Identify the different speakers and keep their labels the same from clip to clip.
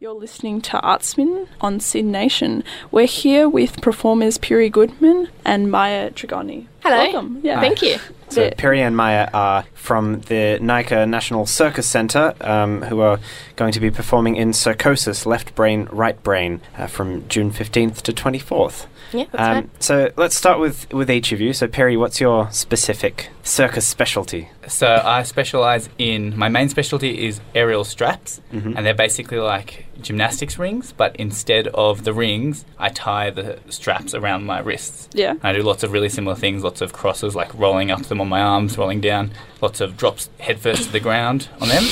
Speaker 1: You're listening to Artsmin on Sin Nation. We're here with performers Piri Goodman and Maya Dragoni.
Speaker 2: Hello.
Speaker 1: Welcome. Yeah.
Speaker 2: Thank you.
Speaker 3: So
Speaker 1: The-
Speaker 3: Perry and Maya are from the Nika National Circus Centre, um, who are going to be performing in Circosis, Left Brain, Right Brain, uh, from June 15th to 24th.
Speaker 2: Yeah, that's
Speaker 3: Um,
Speaker 2: right.
Speaker 3: So let's start with, with each of you. So Perry, what's your specific circus specialty?
Speaker 4: So I specialize in my main specialty is aerial straps, and they're basically like gymnastics rings, but instead of the rings, I tie the straps around my wrists.
Speaker 1: Yeah.
Speaker 4: I do lots of really similar things, lots of crosses, like rolling up them on my arms, rolling down, lots of drops headfirst to the ground on them,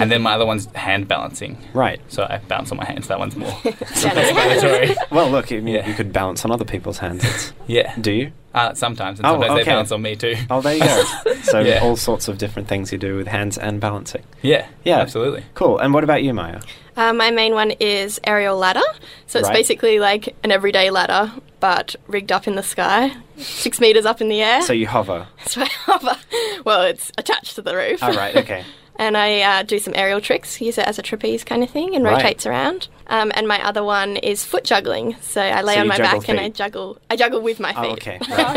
Speaker 4: and then my other one's hand balancing.
Speaker 3: Right.
Speaker 4: So I bounce on my hands. That one's more
Speaker 2: Shadow.
Speaker 4: explanatory.
Speaker 3: Well, look, you,
Speaker 4: Yeah.
Speaker 3: you could balance on other people's hands. It's-
Speaker 4: yeah.
Speaker 3: Do you?
Speaker 4: Uh, sometimes, and
Speaker 3: Oh,
Speaker 4: sometimes they
Speaker 3: okay.
Speaker 4: bounce on me too.
Speaker 3: Oh, there you go. so
Speaker 4: Yeah.
Speaker 3: all sorts of different things you do with hands and balancing.
Speaker 4: Yeah.
Speaker 3: Yeah.
Speaker 4: Absolutely.
Speaker 3: Cool. And what about you, Maya?
Speaker 2: Uh, my main one is aerial ladder. So it's
Speaker 3: Right.
Speaker 2: basically like an everyday ladder, but rigged up in the sky, six meters up in the air.
Speaker 3: So you hover.
Speaker 2: That's why I hover. well, it's attached to the roof.
Speaker 3: All right. Okay.
Speaker 2: And I uh, do some aerial tricks, use it as a trapeze kind of thing, and
Speaker 3: Right.
Speaker 2: rotates around. Um, and my other one is foot juggling. So I lay
Speaker 3: So
Speaker 2: on
Speaker 3: you
Speaker 2: my
Speaker 3: juggle
Speaker 2: back and I
Speaker 3: feet.
Speaker 2: juggle. I juggle with my feet.
Speaker 3: Oh,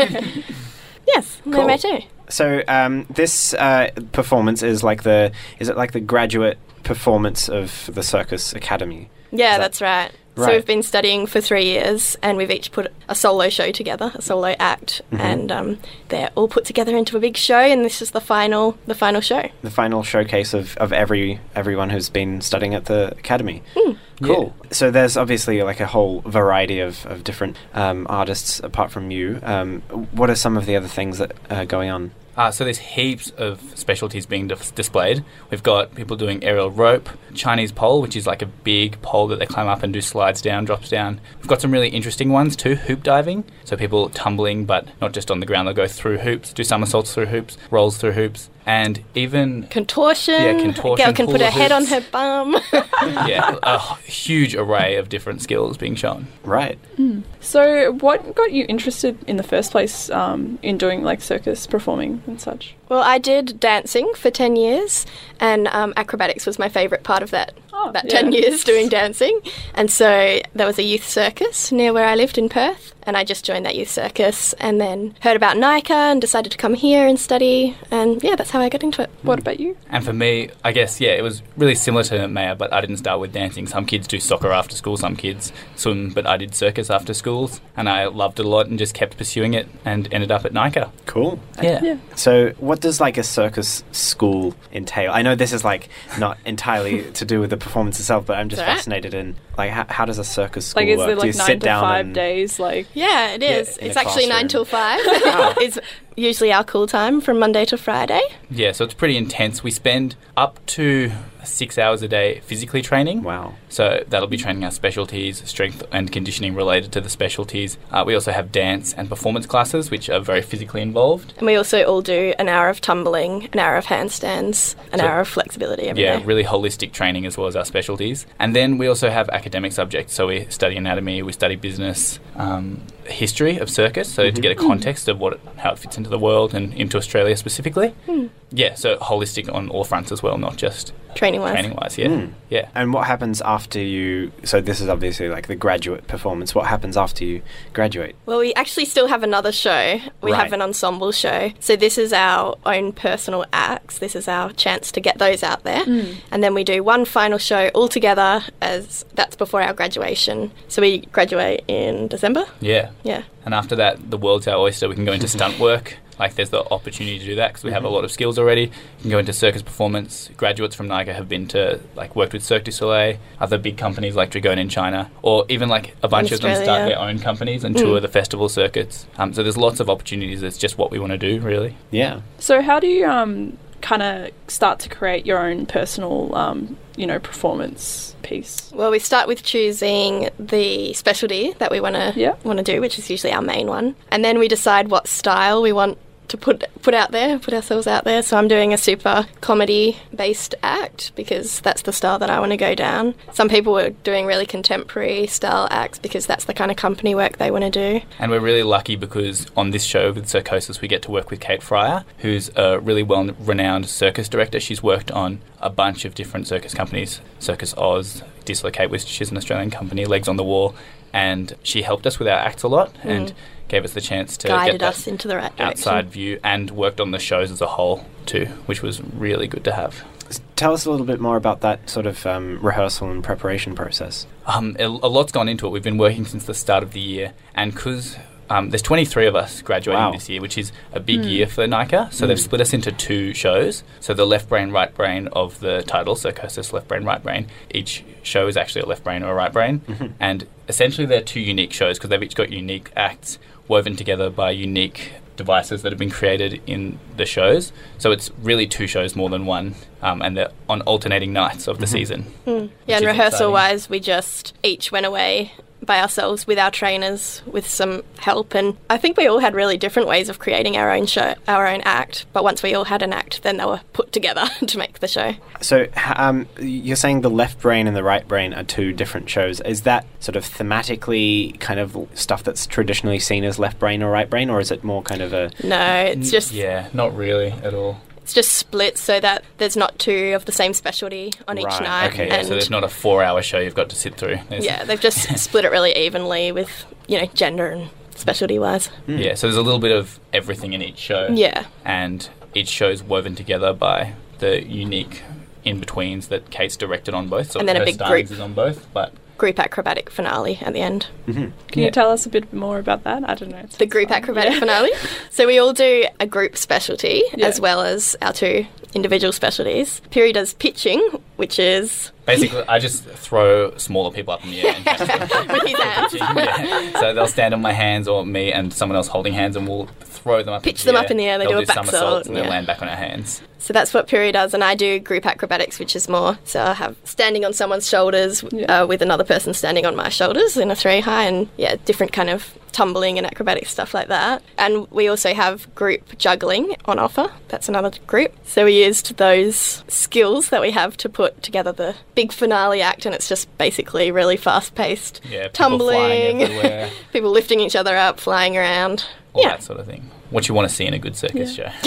Speaker 3: okay.
Speaker 2: Yes,
Speaker 3: Cool.
Speaker 2: cool. me too.
Speaker 3: So um, this uh, performance is like the is it like the graduate performance of the Circus Academy?
Speaker 2: Yeah,
Speaker 3: Is that-
Speaker 2: that's right. So
Speaker 3: Right.
Speaker 2: we've been studying for three years, and we've each put a solo show together, a solo act, and um, they're all put together into a big show. And this is the final, the final show.
Speaker 3: The final showcase of, of every everyone who's been studying at the academy. Cool. So there's obviously like a whole variety of, of different um, artists apart from you. Um, what are some of the other things that are going on?
Speaker 4: Uh, so there's heaps of specialties being dis- displayed. We've got people doing aerial rope, Chinese pole, which is like a big pole that they climb up and do slides down, drops down. We've got some really interesting ones too, hoop diving. So people tumbling, but not just on the ground. They'll go through hoops, do somersaults through hoops, rolls through hoops, and even
Speaker 2: Contortion.
Speaker 4: Yeah,
Speaker 2: A
Speaker 4: contortion,
Speaker 2: girl can put her
Speaker 4: hula
Speaker 2: head on her
Speaker 4: hoops.
Speaker 2: bum.
Speaker 4: yeah, a huge array of different skills being shown.
Speaker 3: Right.
Speaker 1: Mm. So, what got you interested in the first place um, in doing like circus performing and such?
Speaker 2: well, I did dancing for ten years, and um, acrobatics was my favourite part of that.
Speaker 1: Oh,
Speaker 2: about
Speaker 1: yeah.
Speaker 2: ten years doing dancing, and so there was a youth circus near where I lived in Perth, and I just joined that youth circus, and then heard about Nika and decided to come here and study, and yeah, that's how I got into it.
Speaker 1: What about you?
Speaker 4: And for me, I guess, yeah, it was really similar to Maya, but I didn't start with dancing. Some kids do soccer after school, some kids swim, but I did circus after schools, and I loved it a lot and just kept pursuing it and ended up at Nika.
Speaker 3: Cool.
Speaker 4: Yeah.
Speaker 1: Yeah.
Speaker 3: So, what does like a circus school entail? I know this is like not entirely to do with the performance itself, but I'm just
Speaker 2: It's all right.
Speaker 3: fascinated in like how, how does a circus school
Speaker 1: Like, is
Speaker 3: work?
Speaker 1: there
Speaker 3: do you
Speaker 1: like nine
Speaker 3: sit
Speaker 1: to
Speaker 3: down
Speaker 1: five
Speaker 3: and-
Speaker 1: days? Like,
Speaker 2: Yeah, it is.
Speaker 3: in a
Speaker 2: it's actually nine
Speaker 3: classroom.
Speaker 2: till five. It's usually our cool time from Monday to Friday.
Speaker 4: Yeah, so it's pretty intense. We spend up to six hours a day physically training.
Speaker 3: Wow.
Speaker 4: So that'll be training our specialties, strength and conditioning related to the specialties. Uh, we also have dance and performance classes, which are very physically involved.
Speaker 2: And we also all do an hour of tumbling, an hour of handstands, an
Speaker 4: So-
Speaker 2: hour of flexibility every day.
Speaker 4: Yeah, really holistic training as well as our specialties. And then we also have academic subjects. So we study anatomy, we study business, um, history of circus, so to get a context of what how it fits into the world and into Australia specifically.
Speaker 2: Hmm.
Speaker 4: Yeah, so holistic on all fronts as well, not just
Speaker 2: training wise.
Speaker 4: training wise. Yeah, yeah.
Speaker 3: Hmm. And what happens after you? So, this is obviously like the graduate performance. What happens after you graduate?
Speaker 2: Well, we actually still have another show. We
Speaker 3: Right.
Speaker 2: have an ensemble show. So this is our own personal acts. This is our chance to get those out there.
Speaker 1: Mm.
Speaker 2: And then we do one final show all together as that's before our graduation. So we graduate in December.
Speaker 4: Yeah.
Speaker 2: Yeah.
Speaker 4: And after that, the world's our oyster. We can go into stunt work. Like, there's the opportunity to do that because we
Speaker 2: Mm-hmm.
Speaker 4: have a lot of skills already. You can go into circus performance. Graduates from Niger have been to, like, worked with Cirque du Soleil, other big companies like Dragon in China, or even like a bunch of them start
Speaker 2: Australia. Mm.
Speaker 4: their own companies and tour the festival circuits. Um, so there's lots of opportunities. It's just what we want to do, really.
Speaker 3: Yeah.
Speaker 1: so how do you um, kind of start to create your own personal, um, you know, performance piece?
Speaker 2: Well, we start with choosing the specialty that we want to
Speaker 1: Yeah.
Speaker 2: want to do, which is usually our main one, and then we decide what style we want to put put out there, put ourselves out there. So I'm doing a super comedy based act because that's the style that I want to go down. Some people are doing really contemporary style acts because that's the kind of company work they want to do.
Speaker 4: And we're really lucky because on this show with Circosis, we get to work with Kate Fryer, who's a really well renowned circus director. She's worked on a bunch of different circus companies Circus Oz, Dislocate, which is an Australian company, Legs on the Wall. And she helped us with our act a lot and gave us the chance to get
Speaker 2: Mm. Guided
Speaker 4: that
Speaker 2: us into the right direction.
Speaker 4: outside view and worked on the shows as a whole too, which was really good to have.
Speaker 3: S- Tell us a little bit more about that sort of um, rehearsal and preparation process.
Speaker 4: Um, a, a lot's gone into it. We've been working since the start of the year, and because um, there's 23 of us graduating
Speaker 3: Wow.
Speaker 4: this year, which is a big
Speaker 2: Hmm.
Speaker 4: year for Nika. So they've split us into two shows. So the left brain, right brain of the title, so Cursus left brain, right brain. Each show is actually a left brain or a right brain, and essentially they're two unique shows because they've each got unique acts woven together by unique devices that have been created in the shows. So it's really two shows more than one, um, and they're on alternating nights of the season.
Speaker 2: Yeah, and
Speaker 4: which is
Speaker 2: rehearsal
Speaker 4: exciting.
Speaker 2: wise, we just each went away by ourselves with our trainers with some help and I think we all had really different ways of creating our own show our own act but once we all had an act then they were put together to make the show
Speaker 3: So h- um, you're saying the left brain and the right brain are two different shows. Is that sort of thematically kind of stuff that's traditionally seen as left brain or right brain, or is it more kind of a
Speaker 2: no it's just
Speaker 4: Mm, yeah, not really at all.
Speaker 2: it's just split so that there's not two of the same specialty on each
Speaker 3: Right,
Speaker 2: night
Speaker 3: okay,
Speaker 4: Yeah,
Speaker 2: and
Speaker 4: so there's not a four-hour show you've got to sit through. There's-
Speaker 2: yeah they've just split it really evenly with you know gender and specialty wise
Speaker 3: Hmm.
Speaker 4: yeah. So there's a little bit of everything in each show.
Speaker 2: yeah
Speaker 4: and each show's woven together by the unique in-betweens that Kate's directed on both. So
Speaker 2: And then a
Speaker 4: her
Speaker 2: big
Speaker 4: starings
Speaker 2: group.
Speaker 4: is on both, but
Speaker 2: group acrobatic finale at the end
Speaker 3: Mm-hmm.
Speaker 1: Can
Speaker 4: Yeah.
Speaker 1: you tell us a bit more about that? I don't know.
Speaker 2: the group acrobatic finale. So we all do a group specialty
Speaker 1: Yeah.
Speaker 2: as well as our two individual specialties. Piri does pitching, which is
Speaker 4: basically I just throw smaller people up in the air. And catch them.
Speaker 2: with his hands.
Speaker 4: Yeah. So they'll stand on my hands or me and someone else holding hands, and we'll throw them up.
Speaker 2: Pitch
Speaker 4: into
Speaker 2: them up in the air, they
Speaker 4: They'll
Speaker 2: do a backsolt,
Speaker 4: somersaults and they'll
Speaker 2: yeah.
Speaker 4: land back on our hands.
Speaker 2: So that's what Piri does, and I do group acrobatics, which is more so I have standing on someone's shoulders
Speaker 1: Yeah.
Speaker 2: uh, with another person standing on my shoulders in a three high, and yeah, different kind of tumbling and acrobatic stuff like that. And we also have group juggling on offer. That's another group. So we used those skills that we have to put together the big finale act, and it's just basically really fast paced
Speaker 4: Yeah, people flying
Speaker 2: tumbling,
Speaker 4: everywhere,
Speaker 2: people lifting each other up, flying around.
Speaker 4: all
Speaker 2: yeah.
Speaker 4: that sort of thing. What you want to see in a good circus show.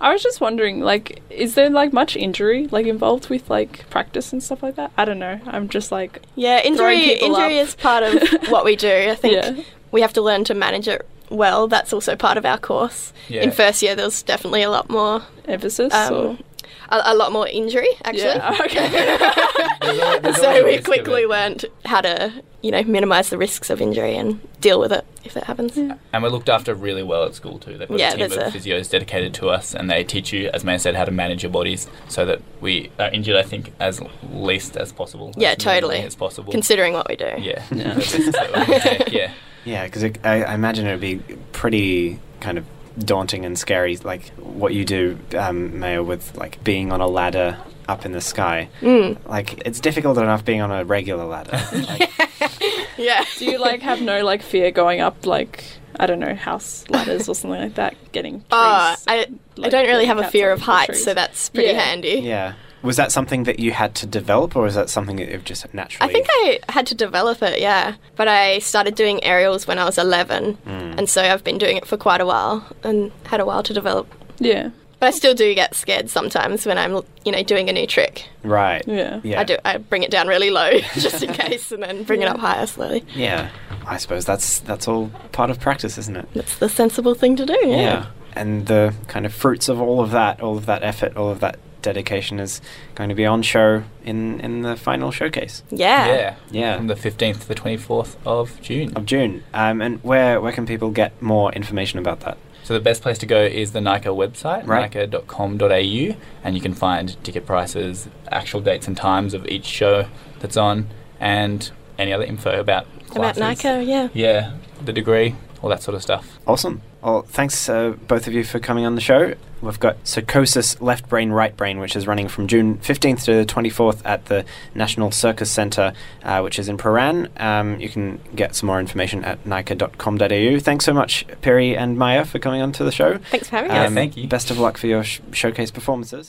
Speaker 1: I was just wondering, like, is there like much injury like involved with like practice and stuff like that? I don't know. I'm just like,
Speaker 2: Yeah,
Speaker 1: throwing
Speaker 2: injury
Speaker 1: people
Speaker 2: injury
Speaker 1: up.
Speaker 2: is part of what we do. I think
Speaker 1: Yeah.
Speaker 2: we have to learn to manage it well. That's also part of our course.
Speaker 4: Yeah.
Speaker 2: In first year, there's definitely a lot more,
Speaker 1: emphasis. or...
Speaker 2: um, a, a lot more injury actually.
Speaker 1: Yeah. Okay.
Speaker 4: There's always- there's always
Speaker 2: So
Speaker 4: a
Speaker 2: we
Speaker 4: risk of it.
Speaker 2: quickly learned how to, you know, minimise the risks of injury and deal with it if that happens.
Speaker 4: And we're looked after really well at school too. They've got
Speaker 2: Yeah,
Speaker 4: a team of
Speaker 2: there's a-
Speaker 4: physios dedicated to us, and they teach you, as Maya said, how to manage your bodies so that we are injured, I think, as least as possible.
Speaker 2: Yeah,
Speaker 4: as minimally
Speaker 2: totally.
Speaker 4: As possible.
Speaker 2: Considering what we do.
Speaker 4: yeah. Yeah. yeah.
Speaker 3: yeah? Because I, I imagine it would be pretty kind of daunting and scary, like what you do, um, Mayor, with like being on a ladder up in the sky.
Speaker 2: Mm.
Speaker 3: Like it's difficult enough being on a regular ladder. Like,
Speaker 2: Yeah.
Speaker 1: Do you like have no like fear going up like I don't know house ladders or something like that, getting trees?
Speaker 2: Oh, I, I
Speaker 1: like
Speaker 2: don't
Speaker 1: getting
Speaker 2: really have a
Speaker 1: cats
Speaker 2: fear
Speaker 1: up
Speaker 2: of
Speaker 1: into
Speaker 2: heights,
Speaker 1: trees.
Speaker 2: so that's pretty
Speaker 1: Yeah.
Speaker 2: handy.
Speaker 3: yeah. Was that something that you had to develop, or is that something that you've just
Speaker 2: I
Speaker 3: naturally?
Speaker 2: think I had to develop it, yeah. But I started doing aerials when I was 11,
Speaker 3: Hmm.
Speaker 2: and so I've been doing it for quite a while and had a while to develop.
Speaker 1: yeah,
Speaker 2: But I still do get scared sometimes when I'm, you know, doing a new trick.
Speaker 3: right.
Speaker 1: yeah,
Speaker 3: Yeah.
Speaker 2: I do. I bring it down really low just in case, and then bring it up higher slowly.
Speaker 3: Yeah, I suppose that's that's all part of practice, isn't it?
Speaker 2: That's the sensible thing to do. Yeah.
Speaker 3: And the kind of fruits of all of that, all of that effort, all of that dedication is going to be on show in in the final showcase
Speaker 2: Yeah.
Speaker 4: Yeah.
Speaker 3: Yeah.
Speaker 4: From the 15th to the 24th of June.
Speaker 3: of June. Um, and where where can people get more information about that?
Speaker 4: So the best place to go is the Nike website,
Speaker 3: Right.
Speaker 4: nika.com.au, and you can find ticket prices, actual dates and times of each show that's on, and any other info about
Speaker 2: About
Speaker 4: classes.
Speaker 2: Nike, yeah.
Speaker 4: Yeah, the degree, all that sort of stuff.
Speaker 3: Awesome. Well, thanks uh, both of you for coming on the show. We've got Circosis Left Brain Right Brain, which is running from June 15th to the 24th at the National Circus Centre, uh, which is in Paran. Um, you can get some more information at nika.com.au. Thanks so much, Perry and Maya, for coming on to the show. Um,
Speaker 2: Thanks for having
Speaker 4: Oh, Yeah,
Speaker 2: us.
Speaker 4: thank you.
Speaker 3: Best of luck for your sh- showcase performances.